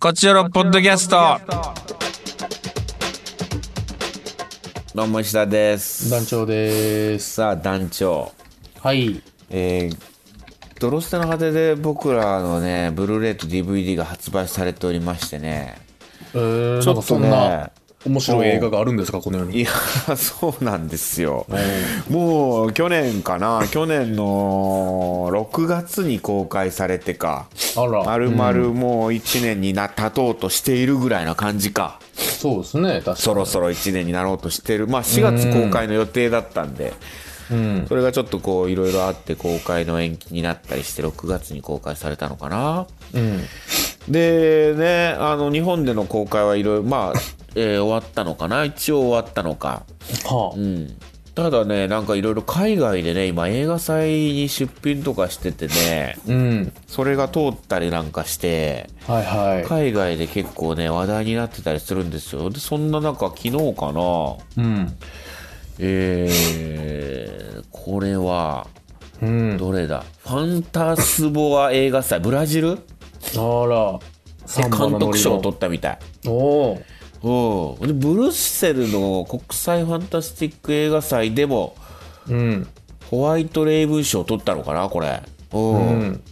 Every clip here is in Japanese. こちらのポッドキャスト。どうも石田です。団長です。さあ団長、はい。えー、ドロステの果てで僕らのね、ブルーレイと DVD が発売されておりましてね。えー、ちょっとねなんかそんな面白い映画があるんですか、この世に。いや、 そうなんですよ。もう去年かな、去年の6月に公開されてか、あら、まるまるもう1年にな経とうとしているぐらいな感じか。そうですね、確かに。そろそろ1年になろうとしてる、まあ、4月公開の予定だったんで、それがちょっとこういろいろあって公開の延期になったりして6月に公開されたのかな、でねあの日本での公開はいろいろまあ、えー終わったのかな一応終わったのかはあうんただねなんかいろいろ海外でね今映画祭に出品とかしててねうん。それが通ったりなんかしてはいは。海外で結構ね話題になってたりするんですよでそんな中昨日かないうん。えー、これはうん。どれだ、ファンタスボア映画祭ブラジルであら、監三番の督森賞のを取ったみたいおーうんでブルッセルの国際ファンタスティック映画祭でもうん。ホワイトレイブン賞を取ったのかなこれうん、うん。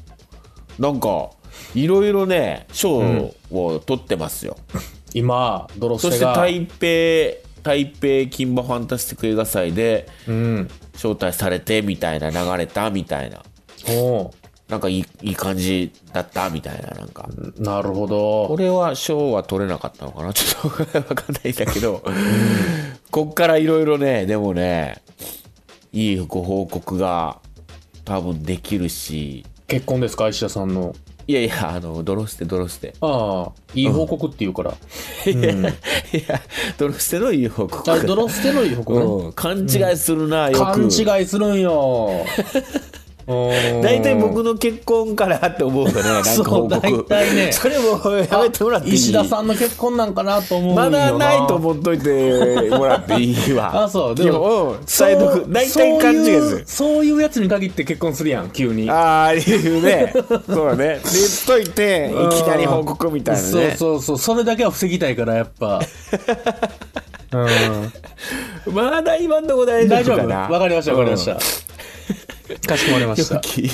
なんかいろいろね賞を取ってますよ、今、ドロそスしテてが。台北台北金馬ファンタスティック映画祭でうん。招待されてみたいな流れたみたいなおーなんかいいいい感じだったみたいな、なんか。なるほどこ。れは賞は取れなかったのかな ちょっとわかんないんだけど、こっからいろいろね、でもね、いいご報告が多分できるし、結婚ですか、石田さんの。いやいや、あの、ドロステ、ドロステ。ああ、いい報告っていうから。いや、ドロステのいい報告あドロステのいい報告ね。うん、勘違いするな、よく。勘違いする んよ。大大体僕の結婚からって思うよね、なんか報告。そう大体ねそれもやめてもらっていい石田さんの結婚なんかなと思うんよまだないとう思っといてもらっていいわ。 あそうででも、もうん伝えとく。大体勘違いする。そういうやつに限って結婚するやん急にああ、いうね。そうだね。で言っといて、うんいきなり報告みたいなね。そうそうそうそれだけは防ぎたいからやっ ぱうんまだ今んとこ大大丈丈夫か夫な。わかりましたわかりました、うんかしこまりました良きえ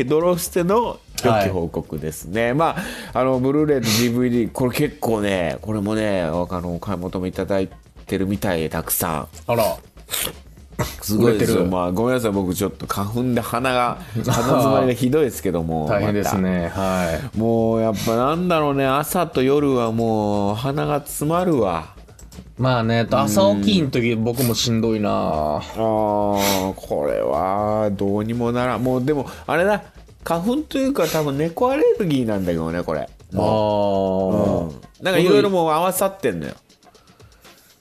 ードロステの良き報告ですね、まああのブルーレイと DVD これ結構ねこれもねあのお買い求めいただいてるみたいでたくさんあらすごいです売よ、れてるまあ、ごめんなさい僕ちょっと花粉で鼻 が鼻詰まりがひどいですけども大変ですまねはたもうやっぱなんだろうね朝と夜はもう鼻が詰まるわいまあね朝起きん時僕もしんどいなあーこれはどうにもならんもうでもあれだ花粉というか多分猫アレルギーなんだけどねこれあーなんかいろいろもう合わさってんのよ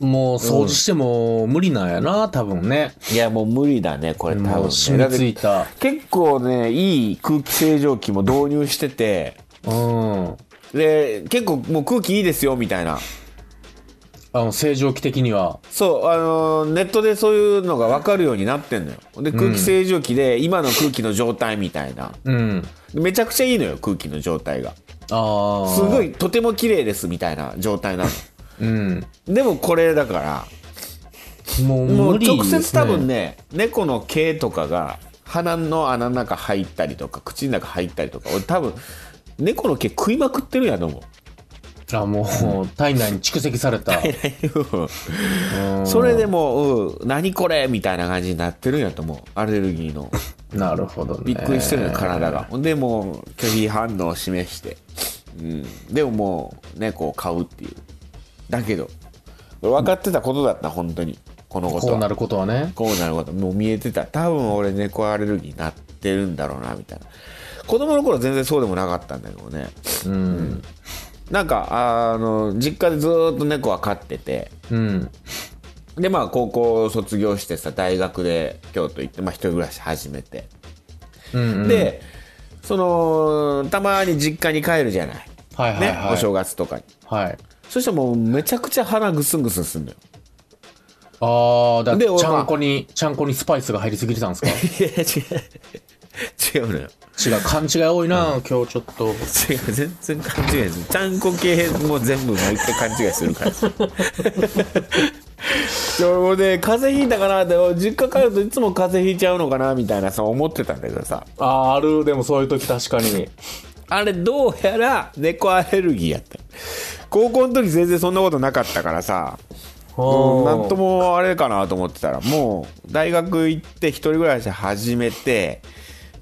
もう掃除しても無理なんやな多分ねいやもう無理だねこれ多分、ね、もう染みついだたって結構ねいい空気清浄機も導入しててうんで結構もう空気いいですよみたいなあの正常期的にはそうあのーネットでそういうのが分かるようになってんのよで空気清浄機で今の空気の状態みたいなうんめちゃくちゃいいのよ空気の状態がああすごいとても綺麗ですみたいな状態な のうんでもこれだからもうもう無理です、ね、直接多分ね猫の毛とかが鼻の穴の中入ったりとか口の中入ったりとか俺多分猫の毛食いまくってるやと思うあもう体内に蓄積さ れたうんそれでもう、うん何これみたいな感じになってるんやと思うアレルギーのなるほどねびっくりしてるのよ体がほんでもう拒否反応を示して、うん、でももう猫を飼うっていうだけど分かってたことだった本当にこのことこうはなることはねこうなることもう見えてた多分俺猫アレルギーになってるんだろうなみたいな子供の頃全然そうでもなかったんだけどねうんなんかああの実家でずーっと猫は飼っててうんでまあ高校卒業してさ大学で京都行って、まあ、一人暮らし始めて、うんうんでそのたまに実家に帰るじゃない、はいはいね、おはい、正月とかにはいそしてもうめちゃくちゃ鼻ぐすんぐすんすんのよああだで ちゃんこにちゃんこにスパイスが入りすぎてたんですかいや違う違うのよ違う、勘違い多いな、今日ちょっと。違う全然勘違いですちゃんこ系も全部もう一回勘違いする から俺ね風邪ひいたかなって実家帰るといつも風邪ひいちゃうのかなみたいなさ思ってたんだけどさあー、ある、でもそういう時確かに。あれどうやら猫アレルギーやった高校の時全然そんなことなかったからさうんなんとも。もあれかなと思ってたらもう大学行って一人暮らし始めて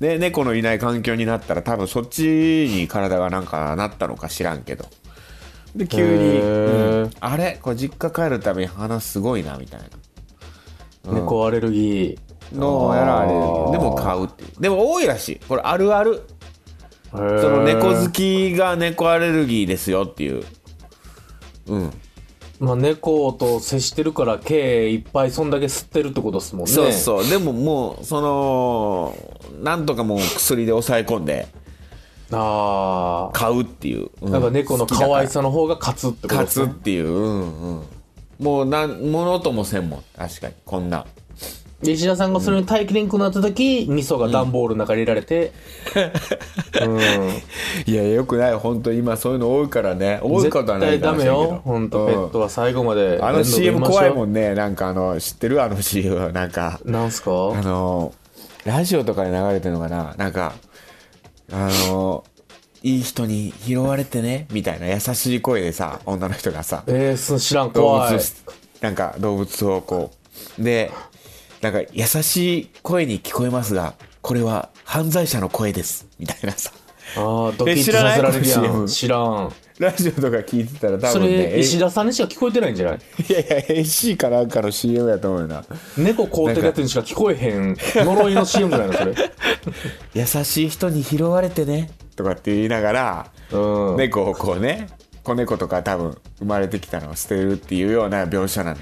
で猫のいない環境になったら多分そっちに体がなんかなったのか知らんけどで急に、へーうんあれこれ実家帰るたびに鼻すごいなみたいな猫アレルギー。のをやらあれであーも買うっていうでも多いらしいこれあるあるそその猫好。きが猫アレルギーですよっていううんまあ、猫と接してるから、毛いっぱいそんだけ吸ってるってことですもんね。そうそう、でももうそのなんとかもう薬で抑え込んでう。ああ。買うっていう、うんなんか猫の可愛さの方が勝つってこと勝ですつっね。ていう、うんうん、もうなんものともせんもん確かにこんなで石田さんがそれに耐えきれんくなった時、味噌が段ボールの中に入れられて、ういやよくない本当今そういうの多いからねん、多いことは絶ない対かダもしメれんけどよ。ほんと、ペットは最後まで。うんあの CM 怖いもん。んねなんかあの知ってるあの CM なんかなんすかあのラジオとかで流れてるのかななんかあのいい人に拾われてねみたいな優しい声でさ女の人がさえー、す知らん、動怖い物。なんか動物をこうでなんか優しい声に聞こえますがこれは犯罪者の声ですみたいなさ ああ、ドキえッと知らさないせられるやこのん。 CM 知らん。ラジオとか聞いてたら多そ分れ、ね石田さんにしか聞こえてないんじゃないえいやいや AC かなんかの CM やと思うよな猫凍ってるやつにしか聞こえへん。呪いの CM じゃないの、それ。優しい人に拾われてねとかって言いながらうん。猫をこうね子猫とか多分生まれてきたのを捨てるっていうような描写なの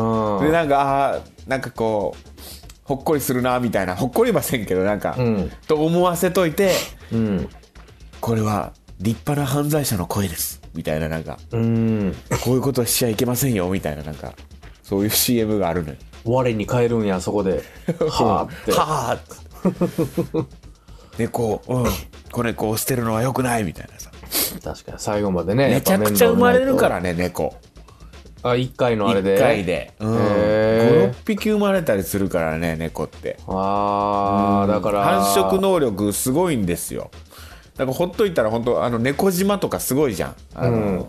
ようん。でなんかあーなんかこうほっこりするなみたいなほっこりませんけどなんか、うんと思わせといてうん。これは立派な犯罪者の声ですみたいななんかうん。こういうことはしちゃいけませんよみたいななんかそういう CM があるのよ我に返るんや、そこで。はあって。はあ 猫を、うん、子猫を捨てるのはよくないみたいなさ確かに、最後までね。。めちゃくちゃ生まれるかららね猫あ、1回のあれで。 1回。で、うん、へー56匹生まれたりするからね猫ってああ、だから。繁殖。能力すごいんですよだからほっといたら本当あの猫島とかすごいじゃんあの、うん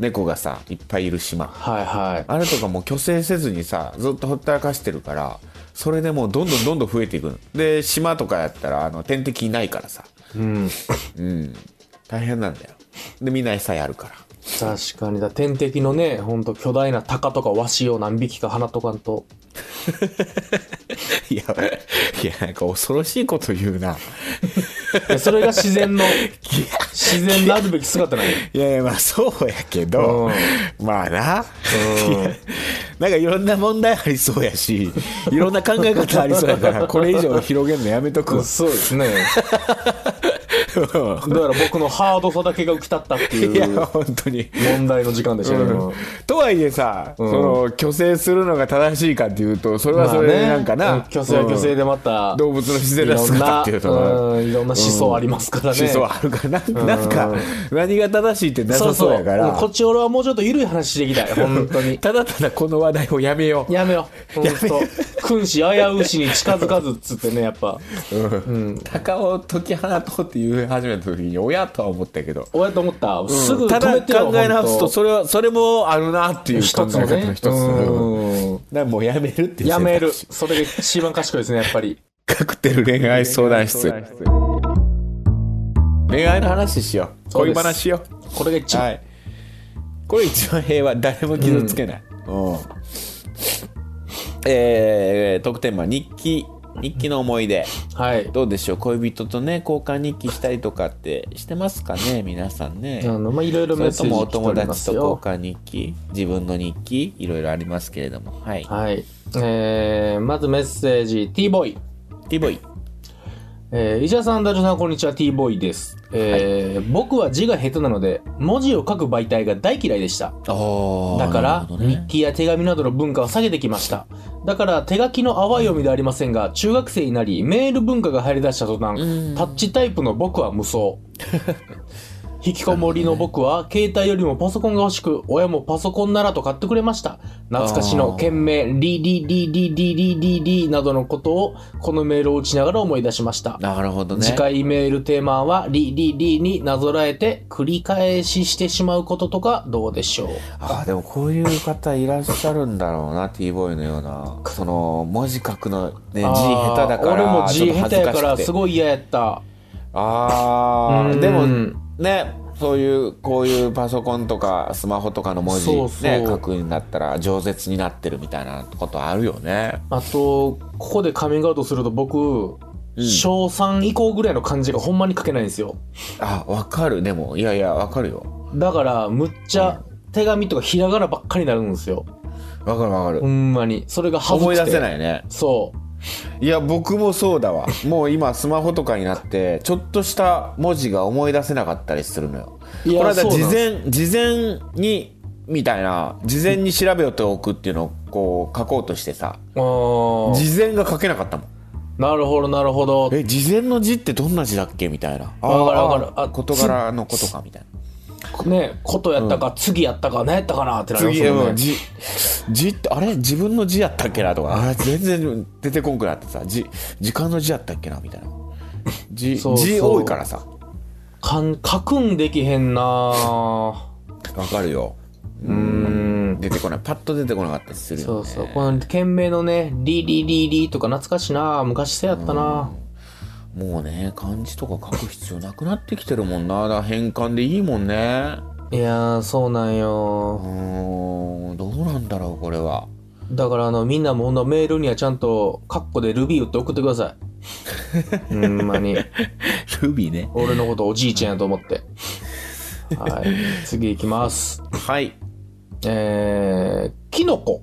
猫がさいっぱいいる島はいはい。あれとかもう虚勢せずにさずっとほったらかしてるからそれでもうどんどんどんどん増えていくので島とかやったらあの天敵いないからさうん。うん大変なんだよでみんな餌やるから確かにだ。天敵のね、ほんと巨大な鷹とかワシを何匹か放っとかんと。 いやいやなんか恐ろしいこと言うないやそれが自然の、自然なるべき姿なんよ。いやいやまあそうやけど、まあな、いやなんかいろんな問題ありそうやしいろんな考え方ありそうやからこれ以上広げるのやめとくわそうですね。だから僕のハードさだけが浮き立ったっていいやう本当に。問題の時間でしたね。今とはいえさ、その虚勢するのが正しいかっていうとそれはそれでなんかな、まあね虚勢は虚勢でまた、うん動物の自然な姿っていうといろんな思うんいろんな思想ありますからね。想あるからななんか何が正しいってなそさうそそううやからこっち俺はもうちょっと緩い話していきたい。本当に。ただただこの話題をやめようやめよ。ほんと。君子危うしに近づかずっつってね、やっぱ。鷹を解き放とうって言い始めた時に親とは思ったけど、親と思った。すぐた止だめてよ考え直すほとんそれはそれもあるなっていう考一えつの方ねの一つうんうんだからもうやめるっていうやめる。選それが一番賢いですね、やっぱり。択肢カクテル恋愛相談室恋愛の話しようそうで恋す話しよこれが一う番。はいこれ一番平和誰も傷つけない、うんえー、特典は日記日記の思い出はい。どうでしょう恋人とね交換日記したりとかってしてますかね皆さんねあの、まあ、いろいろそメれッとセージもお来てお友ります達と交よ。換日記自分の日記いろいろありますけれどもはいはい。えー、まずメッセージ、T ボーイ。ティボイえー、石田さん、ダジョさん、こんにちは、T ボーイです。えー僕は字が下手なので、文字を書く媒体が大嫌いでした。ああ。だから、なるほど日ね、記や手紙などの文化を下げてきました。だから、手書きの淡い読みではありませんが、中学生になり、メール文化が入り出した途端、うんタッチタイプの僕は無双。引きこもりの僕は、携帯よりもパソコンが欲しく、親もパソコンならと買ってくれました。懐かしあーの件名、リリリリリリリリなどのことを、このメールを打ちながら思い出しました。なるほどね。次回メールテーマは、リリリになぞらえて、繰り返ししてしまうこととか、どうでしょうああ、でもこういう方いらっしゃるんだろうな、T ボーイのような。その、文字書くの、ね、字あー下手だから。俺も字下手やちょっからと恥ずしくてすごい嫌やったあうあ、んでも、ね、そういう、こういうパソコンとかスマホとかの文字、そうそうね、書くようになったら、饒舌になってるみたいなことあるよね。あとここでカミングアウトすると僕、うん小3以降ぐらいの漢字がほんまに書けないんですよあ、わかる。でも、いやいや、わかるよ。だからむっちゃ手紙とかひらがなばっかりになるんですよわかるわかるほ。んまにそれが恥ず思くいて出せいないね。そういや、僕もそうだわ。もう今、スマホとかになって、ちょっとした文字が思い出せなかったりするのよ。いやこの間、そう事なん前、事前に、みたいな、事前に調べておくっていうのを、こう、書こうとしてさ、あー事前が書けなかったもん。なるほどなるほどえ事前の字ってどんな字だっけみたいなあわかるわかるああ事柄のことかみたいなねことやったか、次やったか何やったかなってなります次ようんね字字ってあれ自分の字やったっけなとかあれ全然出てこんくなってさ字時間の字やったっけなみたいな字そうそう字多いからさかん書くんできへんなぁわかるようーん出てこないパッと出てこなかったりするそよ、うね、そう、この件名のね、リリリリとか懐かしいな、昔せやったな。もうね漢字とか書く必要なくなってきてるもんなだから変換でいいもんねいやー、そうなんうよ。ーんどうなんだろうこれはだからあの、みんなもほんとメールにはちゃんと、カッコでルビー打って送ってください。ほんまに。ルビーね俺のことおじいちゃんやと思って。はい。次行きます。はいえー、キノコ。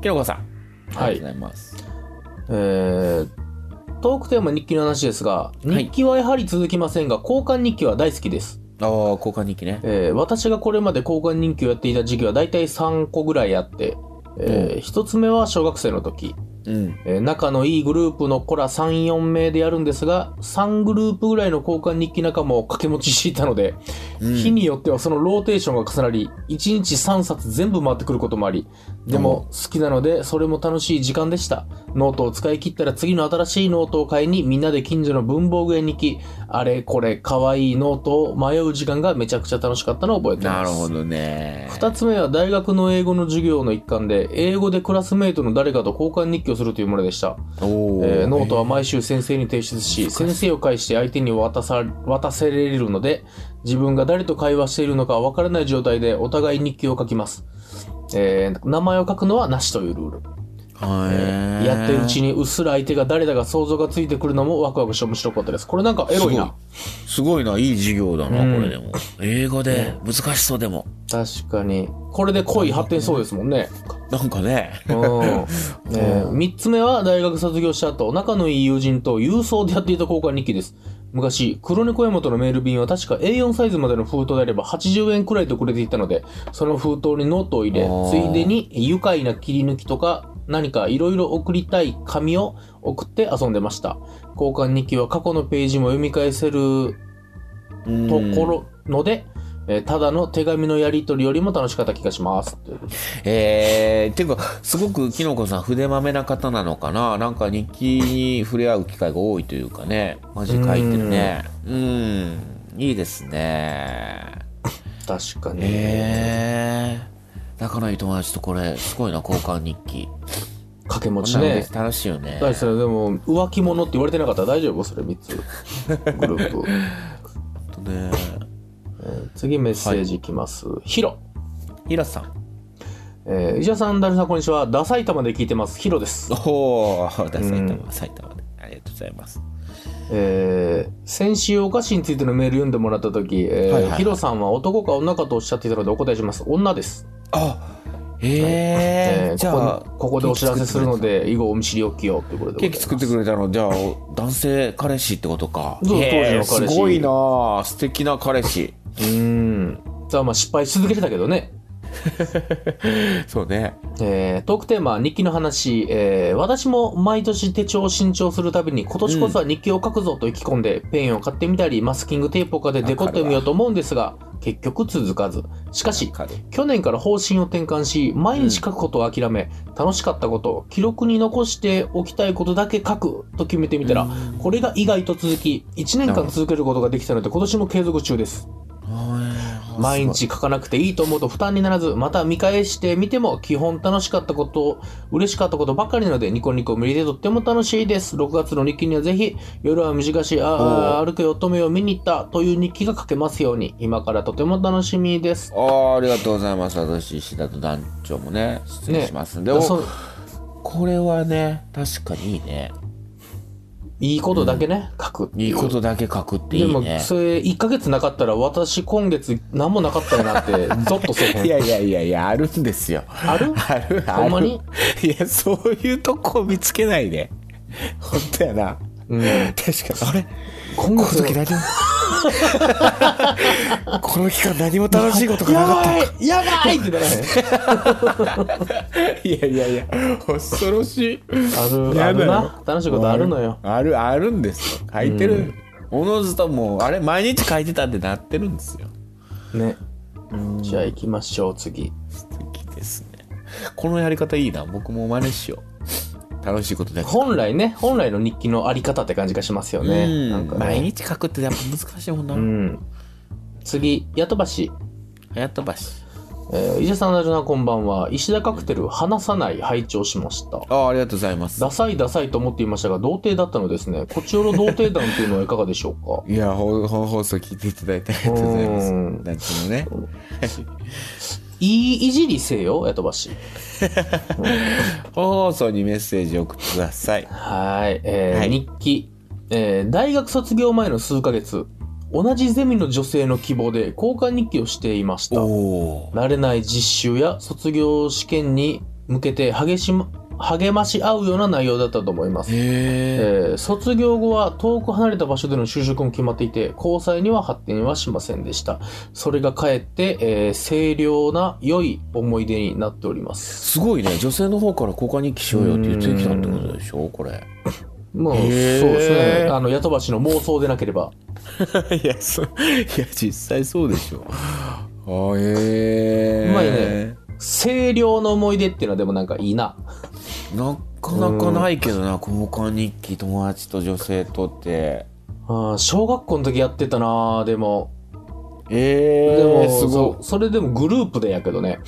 きのこさんあはいりがとうございますえー、トークテーマ日記の話ですが、はい日記はやはり続きませんが、交換日記は大好きです。ああ交換日記ねえー私がこれまで交換人気をやっていた時期は大体3個ぐらいあって、え1つ目は小学生の時、うんえー仲のいいグループの子ら3、4名でやるんですが、3グループぐらいの交換日記仲間を掛け持ちしていたので、うん日によってはそのローテーションが重なり、1日3冊全部回ってくることもあり、でも好きなのでそれも楽しい時間でした。ノートを使い切ったら次の新しいノートを買いにみんなで近所の文房具屋に行き、あれこれ可愛いノートを迷う時間がめちゃくちゃ楽しかったのを覚えています。なるほどね二つ目は大学の英語の授業の一環で、英語でクラスメートの誰かと交換日記をするというものでした。おーえーノートは毎週先生に提出し、先生を介して相手に渡さ、渡せられるので、自分が誰と会話しているのかわからない状態でお互い日記を書きます。えー名前を書くのはなしというルール。はーやってるうちにうっすら相手が誰だか想像がついてくるのもワクワクして面白かったです。これなんかエロいな。すごいないい授業だな、うんこれでも英語で難しそうでも確かに。これで恋発展しそうですもんね。なんかねうんえー三つ目は大学卒業した後、仲のいい友人と郵送でやっていた交換日記です。昔、黒猫山とのメール便は確か A4 サイズまでの封筒であれば80円くらいでくれていたので、その封筒にノートを入れあー、ついでに愉快な切り抜きとか何かいろいろ送りたい紙を送って遊んでました。交換日記は過去のページも読み返せるとところので、えーただの手紙のやり取りよりも楽しかった気がします。ということでえー、っていうかすごくきのこさん筆まめな方なのかななんか日記に触れ合う機会が多いというかねマジ書いてるねうんいいですね確かに。えー、仲のいい友達とこれすごいな交換日記掛けこ持んちなのねで。楽しいよね大それでも浮気者って言われてなかったら大丈夫それ3つ グループ、ねえー次メッセージいきます、ヒロヒラさん。えー、石田さん、ダルさん、こんにちは。ダサい玉で聞いてます。ヒロです。おお、埼玉、埼玉で。ありがとうございます。えー、先週お菓子についてのメール読んでもらった時、えーはいはいヒロさんは男か女かとおっしゃっていたのでお答えします。女です。あ、ええー、ーじゃあここここでお知らせするので以後お見知りおきよということでケーキ作っててくれたのじゃあ男性彼氏ってことかそうへー当時の彼氏すごいなあ素敵な彼氏うんさあまあ失敗し続けてたけどねそうねえートークテーマ、日記の話、えー私も毎年手帳を新調するたびに、今年こそは日記を書くぞと意気込んで、ペンを買ってみたり、マスキングテープを買ってデコってみようと思うんですが、結局続かず。しかし、彼去年から方針を転換し、毎日書くことを諦め、楽しかったこと、記録に残しておきたいことだけ書くと決めてみたら、これが意外と続き、1年間続けることができたので、今年も継続中です。毎日書かなくていいと思うと負担にならず、また見返してみても基本楽しかったこと、嬉しかったことばかりなので、ニコニコ無理でとっても楽しいです。6月の日記にはぜひ、夜は短し、ああ、歩くよ乙女を見に行ったという日記が書けますように、今からとても楽しみです。あーありがとうございます私石田と団長もね失礼しますんで、ねおそうこれはね確かにいいねいいことだけね、書くっていい。いうことだけ書くっていでいも、ねそれ、1ヶ月なかったら、私、今月、何もなかったよ なって、ゾッとせえへん。いやいやいやいやあるんですよあるあるあるほんまにいやそういうとこ見つけないで本当やなうん。確かにあれ今この時月、何もこの期間何も楽しいことがなかったやばいやばいってならへん。いやいやいや恐ろしいあるやだあるよな楽しいことあるのよあるあるんですよ書いてるおのずともうあれ毎日書いてたってなってるんですよねじゃあ行きましょう次素敵ですねこのやり方いいな僕も真似しよう楽しいことだけ本来ね本来の日記のあり方って感じがしますよねうんなんか毎ね日書くってやっぱ難しいもんな、うん次八飛ばしやったばしえー、石田さん、なじなこんばんは。石田カクテル、話さない拝聴しました。ああありがとうございますダサいダサいと思っていましたが、童貞だったのですね。こちらの童貞団というのはいかがでしょうか いやほ本放送聞いていただいてありがとうございますうなんんていうのねいいいじりせよ、八飛ばし。本放送にメッセージを送ってくださいはい、えーはい日記、えー大学卒業前の数ヶ月、同じゼミの女性の希望で交換日記をしていました。お慣れない実習や卒業試験に向けて励しま、励まし合うような内容だったと思います。えへえー卒業後は遠く離れた場所での就職も決まっていて、交際には発展はしませんでした。それがかえって、えー清涼な良い思い出になっております。すごいね女性の方から交換日記しようよって言ってきたってことでしょこれもう、そうへーですね。あの、ヤトバシの妄想でなければ。 いやそういや実際そうでしょ あへえうまいね清涼の思い出っていうのはでもなんかいいな。なかなかないけどな交換日記友達と女性とってあー小学校の時やってたなでも。えでも、すごそそれでもグループでやけどね。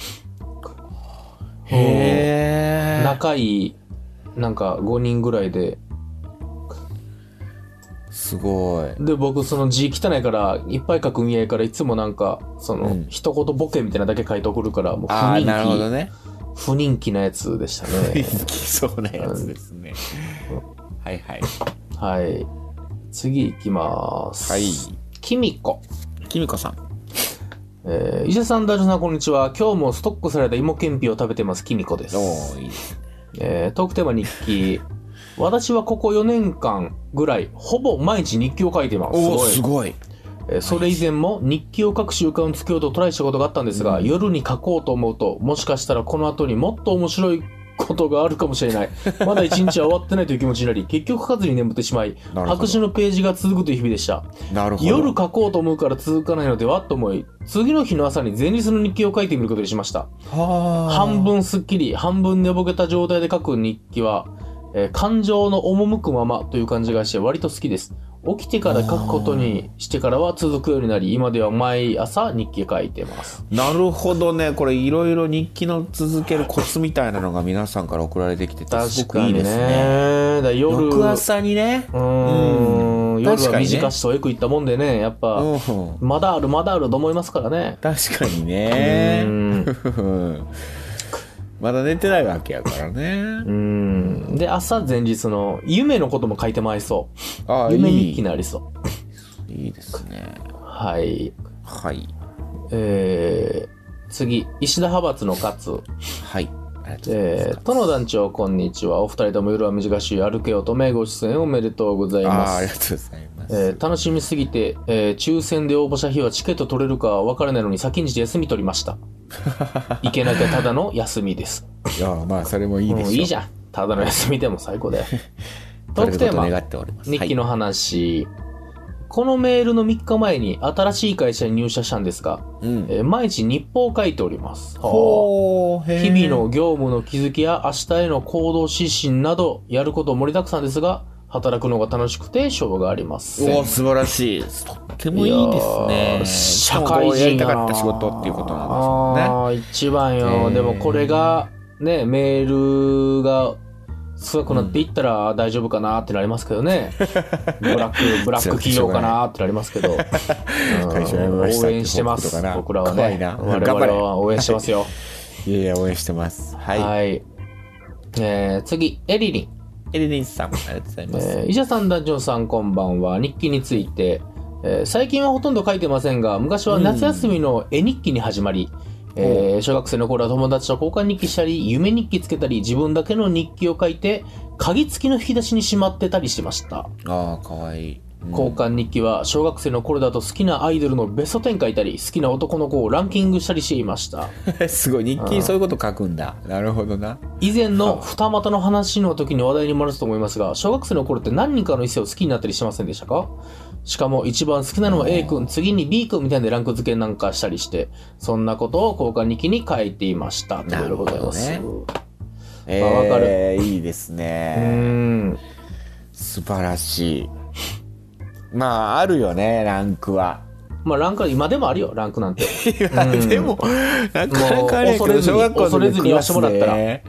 いへえ仲いい、なんか5人ぐらいで。すごいで、僕その字汚いから、いっぱい書くんやから、いつもなんか、その、うん一言ボケみたいなだけ書いて送るから、もう不ああなるほど人気、ね不人気なやつでしたい ね。きそうなやつですねはいはいはい。次行きます。はいキミコ。きみこさんえー、石田さん、大丈夫さん、こんにちは。今日もストックされた芋けんぴを食べてます、キミコです。おおいいですえートークテーマ日記。私はここ4年間ぐらい、ほぼ毎日日記を書いてます。おおすごいえーそれ以前も日記を書く習慣をつけようとトライしたことがあったんですが、夜に書こうと思うと、もしかしたらこの後にもっと面白いことがあるかもしれない。まだ一日は終わってないという気持ちになり、結局書かずに眠ってしまい、なるほど白紙のページが続くという日々でした。なるほど夜書こうと思うから続かないのではと思い、次の日の朝に前日の日記を書いてみることにしました。はあ半分すっきり、半分寝ぼけた状態で書く日記は、えー感情の赴くままという感じがして割と好きです。起きてから書くことにしてからは続くようになり、今では毎朝日記書いてます。なるほどねこれいろいろ日記の続けるコツみたいなのが皆さんから送られてきててすご確くかいいにね。ですねだから夜、翌朝にねうーん、夜確はかにね短しとよく行ったもんでね、やっぱ、うんまだあるまだあると思いますからね。確かにうねんまだ寝てないわけやからねうん。で、朝前日の夢のことも書いてまいそあう。あい夢日記いになりそいいですねう。はい。はいえー次、石田派閥の勝。はい。ありがとうございえますー、。殿団長、こんにちは。お二人とも夜は短しい歩けよとめご出演おめでとうございあまーあすり。がとうございます。えー楽しみすぎて、えー抽選で応募した日はチケット取れるか分からないのに先んじて休み取り ました。行けなきゃただの休みです。いやーまあそれもいいもうでいすいよ。じゃん。ただの休みでも最 高だよ。そトーれクでテことーマ願、っております。日記の。の話。このメールの3日前に新しい会社に入社したんですが、はい、うん。えー毎日日報を書いております。ほーへー日々の業務の気づきや明日への行動指針などやること盛りだくさんですが働くのが楽しくて勝負がありませおんお素晴らしいとってもいいですいやーね社しかも会こうや人りたやなかった仕事っていうことなんあー一番よ、えーでもこれがねメールが少なくなっていったら大丈夫かなってなりますけどね、ブ ラックブラック企業かなってなりますけど、 うん会社辞めましたって応援してま報す告とかな僕らは怖ねいな頑我張々れは応援してますよですねいやいや応援してますはい、はい、えー次エリリンエリリンさんありがとうございます、えー、医者さん、団長さん、こんばんは。日記について、えー最近はほとんど書いてませんが、昔は夏休みの絵日記に始まり、えー小学生の頃は友達と交換日記したり、夢日記つけたり、自分だけの日記を書いて、鍵付きの引き出しにしまってたりしてました。ああかわいい、うん交換日記は小学生の頃だと好きなアイドルのベスト10書いたり、好きな男の子をランキングしたりしていました。 すごい日記にそういうこと書くんだなるほどな以前の二股の話の時に話題にもなると思いますが、小学生の頃って何人かの異性を好きになったりしてませんでしたかしかも一番好きなのは A 君、次に B 君みたいなランク付けなんかしたりして、そんなことを交換日記に書いていました。ということでございなまるす。ほあわかるえー、いいですうーねん。素晴らしいまああるよねランクはまあランクは今でもあるよ、ランクなんて。いやでもなかなかあれやけもう恐どれず小に学校恐れの時ずにク言わラせてスもらったらね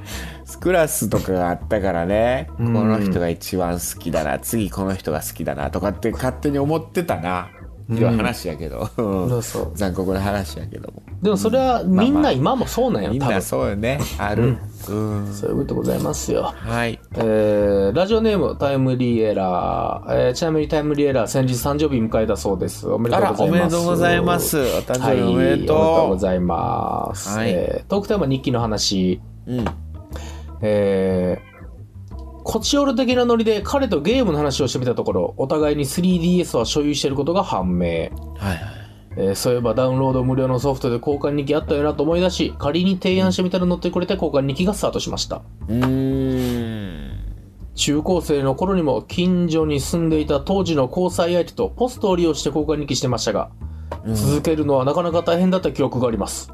クラスとかがあったからねこうんの人が一番好きだな次この人が好きだなとかって勝手に思ってたなっていう話やけど、そうそう残酷な話やけどもでもそれはみまあんまなあ今もそうなんよ、みん多な分。そうよねある、うんそういうことでございますよ。はいえーラジオネームタイムリーエラー、えーちなみにタイムリーエラー先日誕生日迎えたそうですおめであとうらござおいますめでとうございますお誕生日おめでとう,、はい、おめでとうございます、はいえートークテーマ日記の話うんえーコチオル的なノリで彼とゲームの話をしてみたところお互いに 3DS は所有していることが判明はいはいえーそういえばダウンロード無料のソフトで交換日記あったよなと思い出し仮に提案してみたら乗ってくれて交換日記がスタートしましたうーん中高生の頃にも近所に住んでいた当時の交際相手とポストを利用して交換日記してましたが、続けるのはなかなか大変だった記憶があります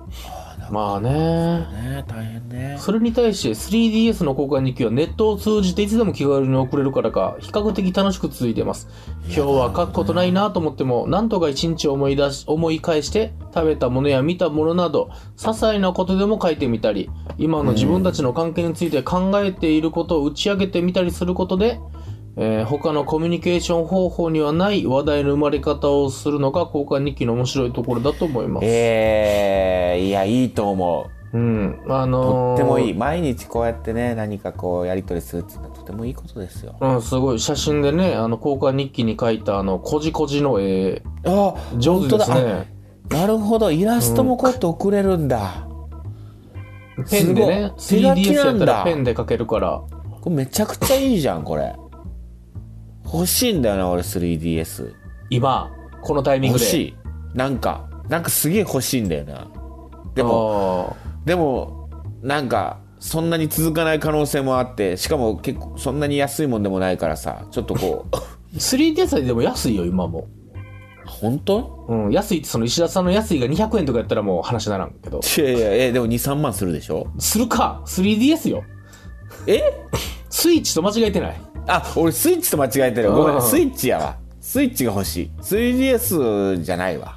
まあねね大変ねそれに対して 3DS の交換日記はネットを通じていつでも気軽に送れるからか比較的楽しく続いています今日は書くことないなと思ってもなんとか一日思い出し思い返して食べたものや見たものなど些細なことでも書いてみたり今の自分たちの関係について考えていることを打ち上げてみたりすることで、えー他のコミュニケーション方法にはない話題の生まれ方をするのが交換日記の面白いところだと思います、えー、いやいいと思ううんあのとーってもいい毎日こうやってね何かこうやり取りするっていうのはとてもいいことですようん、すごい。写真でね、あの、交換日記に書いた、あの、こじこじの絵、あ上手ですね。なるほどイラストもこうやって送れるんだ、ペンでね、すごい手書き 3DS やなっんただらペンで書けるから。これめちゃくちゃいいじゃんこれ欲しいんだよな俺 3DS 今、このタイミング欲で。しいなんかなんかすげえ欲しいんだよなででもも、でもなんかそんなに続かない可能性もあってしかも結構そんなに安いもんでもないからさちょっとこ う 3DS ででも安いよ、今も。本当うん、安いって、その石田さんの安いが200円とかやったらもう話にならんけど。いやいやえでも23万するでしょするか !3DS よ。えスイッチと間違えてない。あ、俺スイッチと間違えてる。ごめうんん、スイッチやわ。スイッチが欲しい。3DS じゃない わ。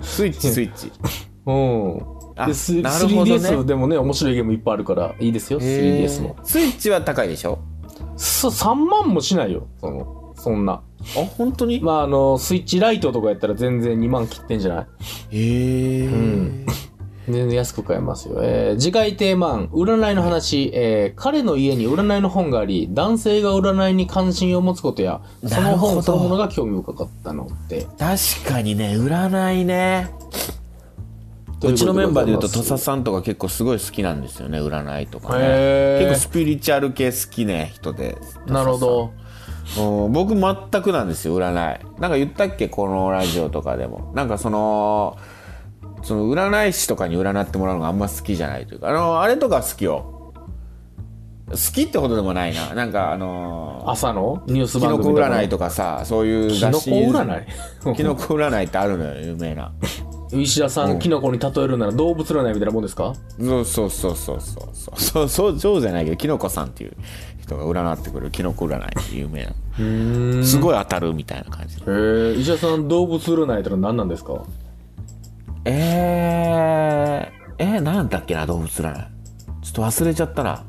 スイッチ、スイッチ。うん。あで、すなるほどね 3DS でもね、面白いゲームいっぱいあるから、いいですよ、3DS もえ。ースイッチは高いでしょそ3万もしないよ、その、そんな。あ、本当にまああのスイッチライトとかやったら全然2万切ってんじゃないえーん全然安く買えますよ、えー次回テーマ案占いの話、えー彼の家に占いの本があり男性が占いに関心を持つことやそなのるほ本どそのものが興味深かったので確かにね、占いね。というちのメンバーでいうと土土佐さんとか結構すごい好きなんですよね占いとかへねー結構スピリチュアル系好きね人でなるほど。うん僕全くなんですよ占いなんか言ったっけこのラジオとかでもなんかそのその占い師とかに占ってもらうのがあんま好きじゃないというかあのあれとか好きよ好きってほどでもないななんかあの朝のニュースキ番ノコ組占いととかさそういうキノ雑コ誌占 キノコ占いってあるのよ有名ない石田さん、キノコに例えるなら動物占いみたいなもんですかそうそうそうそうそうそうそうそうそうじゃないけどキノコさんっていう人が占ってくれるキノコ占いって有名なうん。すごい当たるみたいな感じでえー、石田さん、動物占いってのは何なんですかえー、えー、なんだっけな動物占いちょっと忘れちゃったな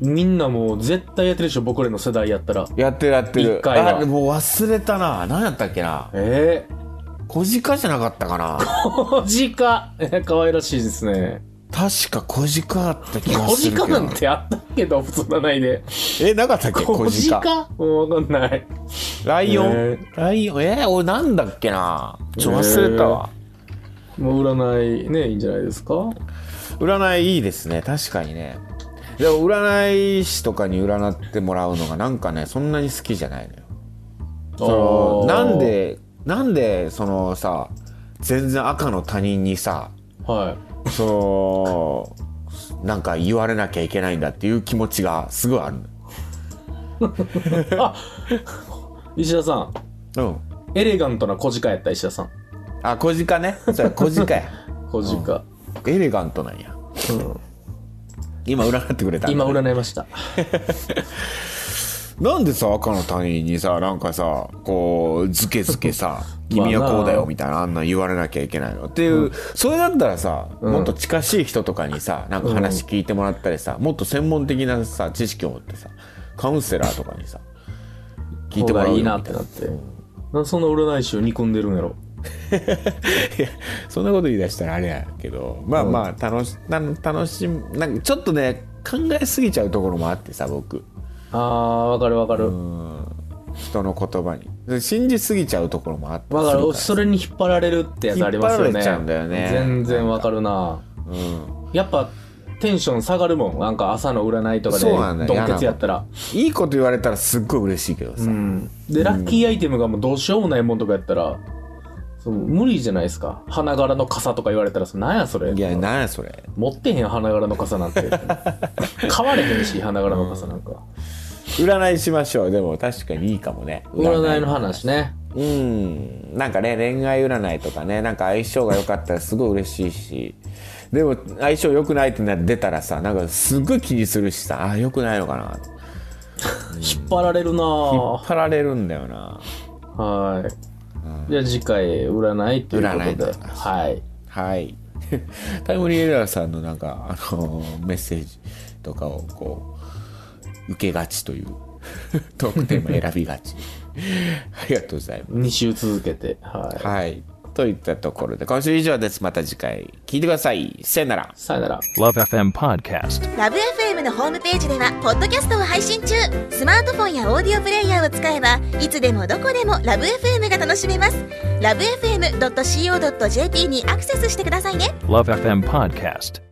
みんなもう絶対やってるでしょ、僕らの世代やったら。やってるやってる一回はあでも忘れたな何やったっけなええ小鹿じゃなかったかなー、小鹿えー可愛らしいですね。確か小鹿あった気がする小けど鹿なんてあったっけ、動物占いで。えなかったっけ小鹿もうわかんない。ライオン、えーライオンえー、俺なんだっけなちょっと忘れたわ、もう占いね、いいんじゃないですか占いいいですね確かにねでも占い師とかに占ってもらうのがなんかねそんなに好きじゃないのよそのなんでなんでそのさ全然赤の他人にさはそのなんか言われなきゃいけないんだっていう気持ちがすごいあるい。石田さん、うんエレガントな小鹿やった、石田さん。あ小鹿ねそれ小 鹿や小鹿。エレガントなんやうん、今占ってくれたんだ今占いました。なんでさ赤の他人にさなんかさこうずけず けさ「君はこうだよ」みたいなあんなん言われなきゃいけないのっていう、それだったらさ、もっと近しい人とかにさなんか話聞いてもらったりさ、もっと専門的なさ知識を持ってさカウンセラーとかにさ聞いてもらう方よがいみいたないってなって。なんでそんな占い師を憎んでるんやろ。いやそんなこと言い出したらあれやけどまあまあ楽しな楽しみなんかちょっとね考えすぎちゃうところもあってさ僕あー、わかるわかる。人の言葉にで信じすぎちゃうところもあってわかするる。らそれに引っ張られるってやつありますよね。引っ張られちゃうんだよね全然わかるな。やっぱ、テンション下がるもん。なんか朝の占いとかで、そうなんだよドンケツやったら。いいこと言われたらすっごい嬉しいけどさ、うん。で、ラッキーアイテムがもうどうしようもないもんとかやったら、そう無理じゃないですか。花柄の傘とか言われたら、そなんやそれ。いやなんやそれ持ってへんよ花柄の傘な んて買われへんし花柄の傘なんか、占いしましょうでも確かにいいかもね占いの話ねうんなんかね恋愛占いとかねなんか相性が良かったらすごい嬉しいしでも相性良くないってな出たらさなんかすごい気にするしさあー良くないのかな引っ張られるなぁ張られるんだよなはいじゃあ次回占いということ占いでではいはい タイムリーエラーさんのなんかあのーメッセージとかをこう受けがちという トークテーマ選びがちありがとうございます2週続けてはいはい。といったところで、今週以上です。また次回、聞いてください。さよなら。さよなら Love FM Podcast. ラブ f m のホームページではポッドキャストを配信中スマートフォンやオーディオプレイヤーを使えばいつでもどこでもラブ f m が楽しめますラブ FM.co.jp にアクセスしてくださいね Love FM Podcast.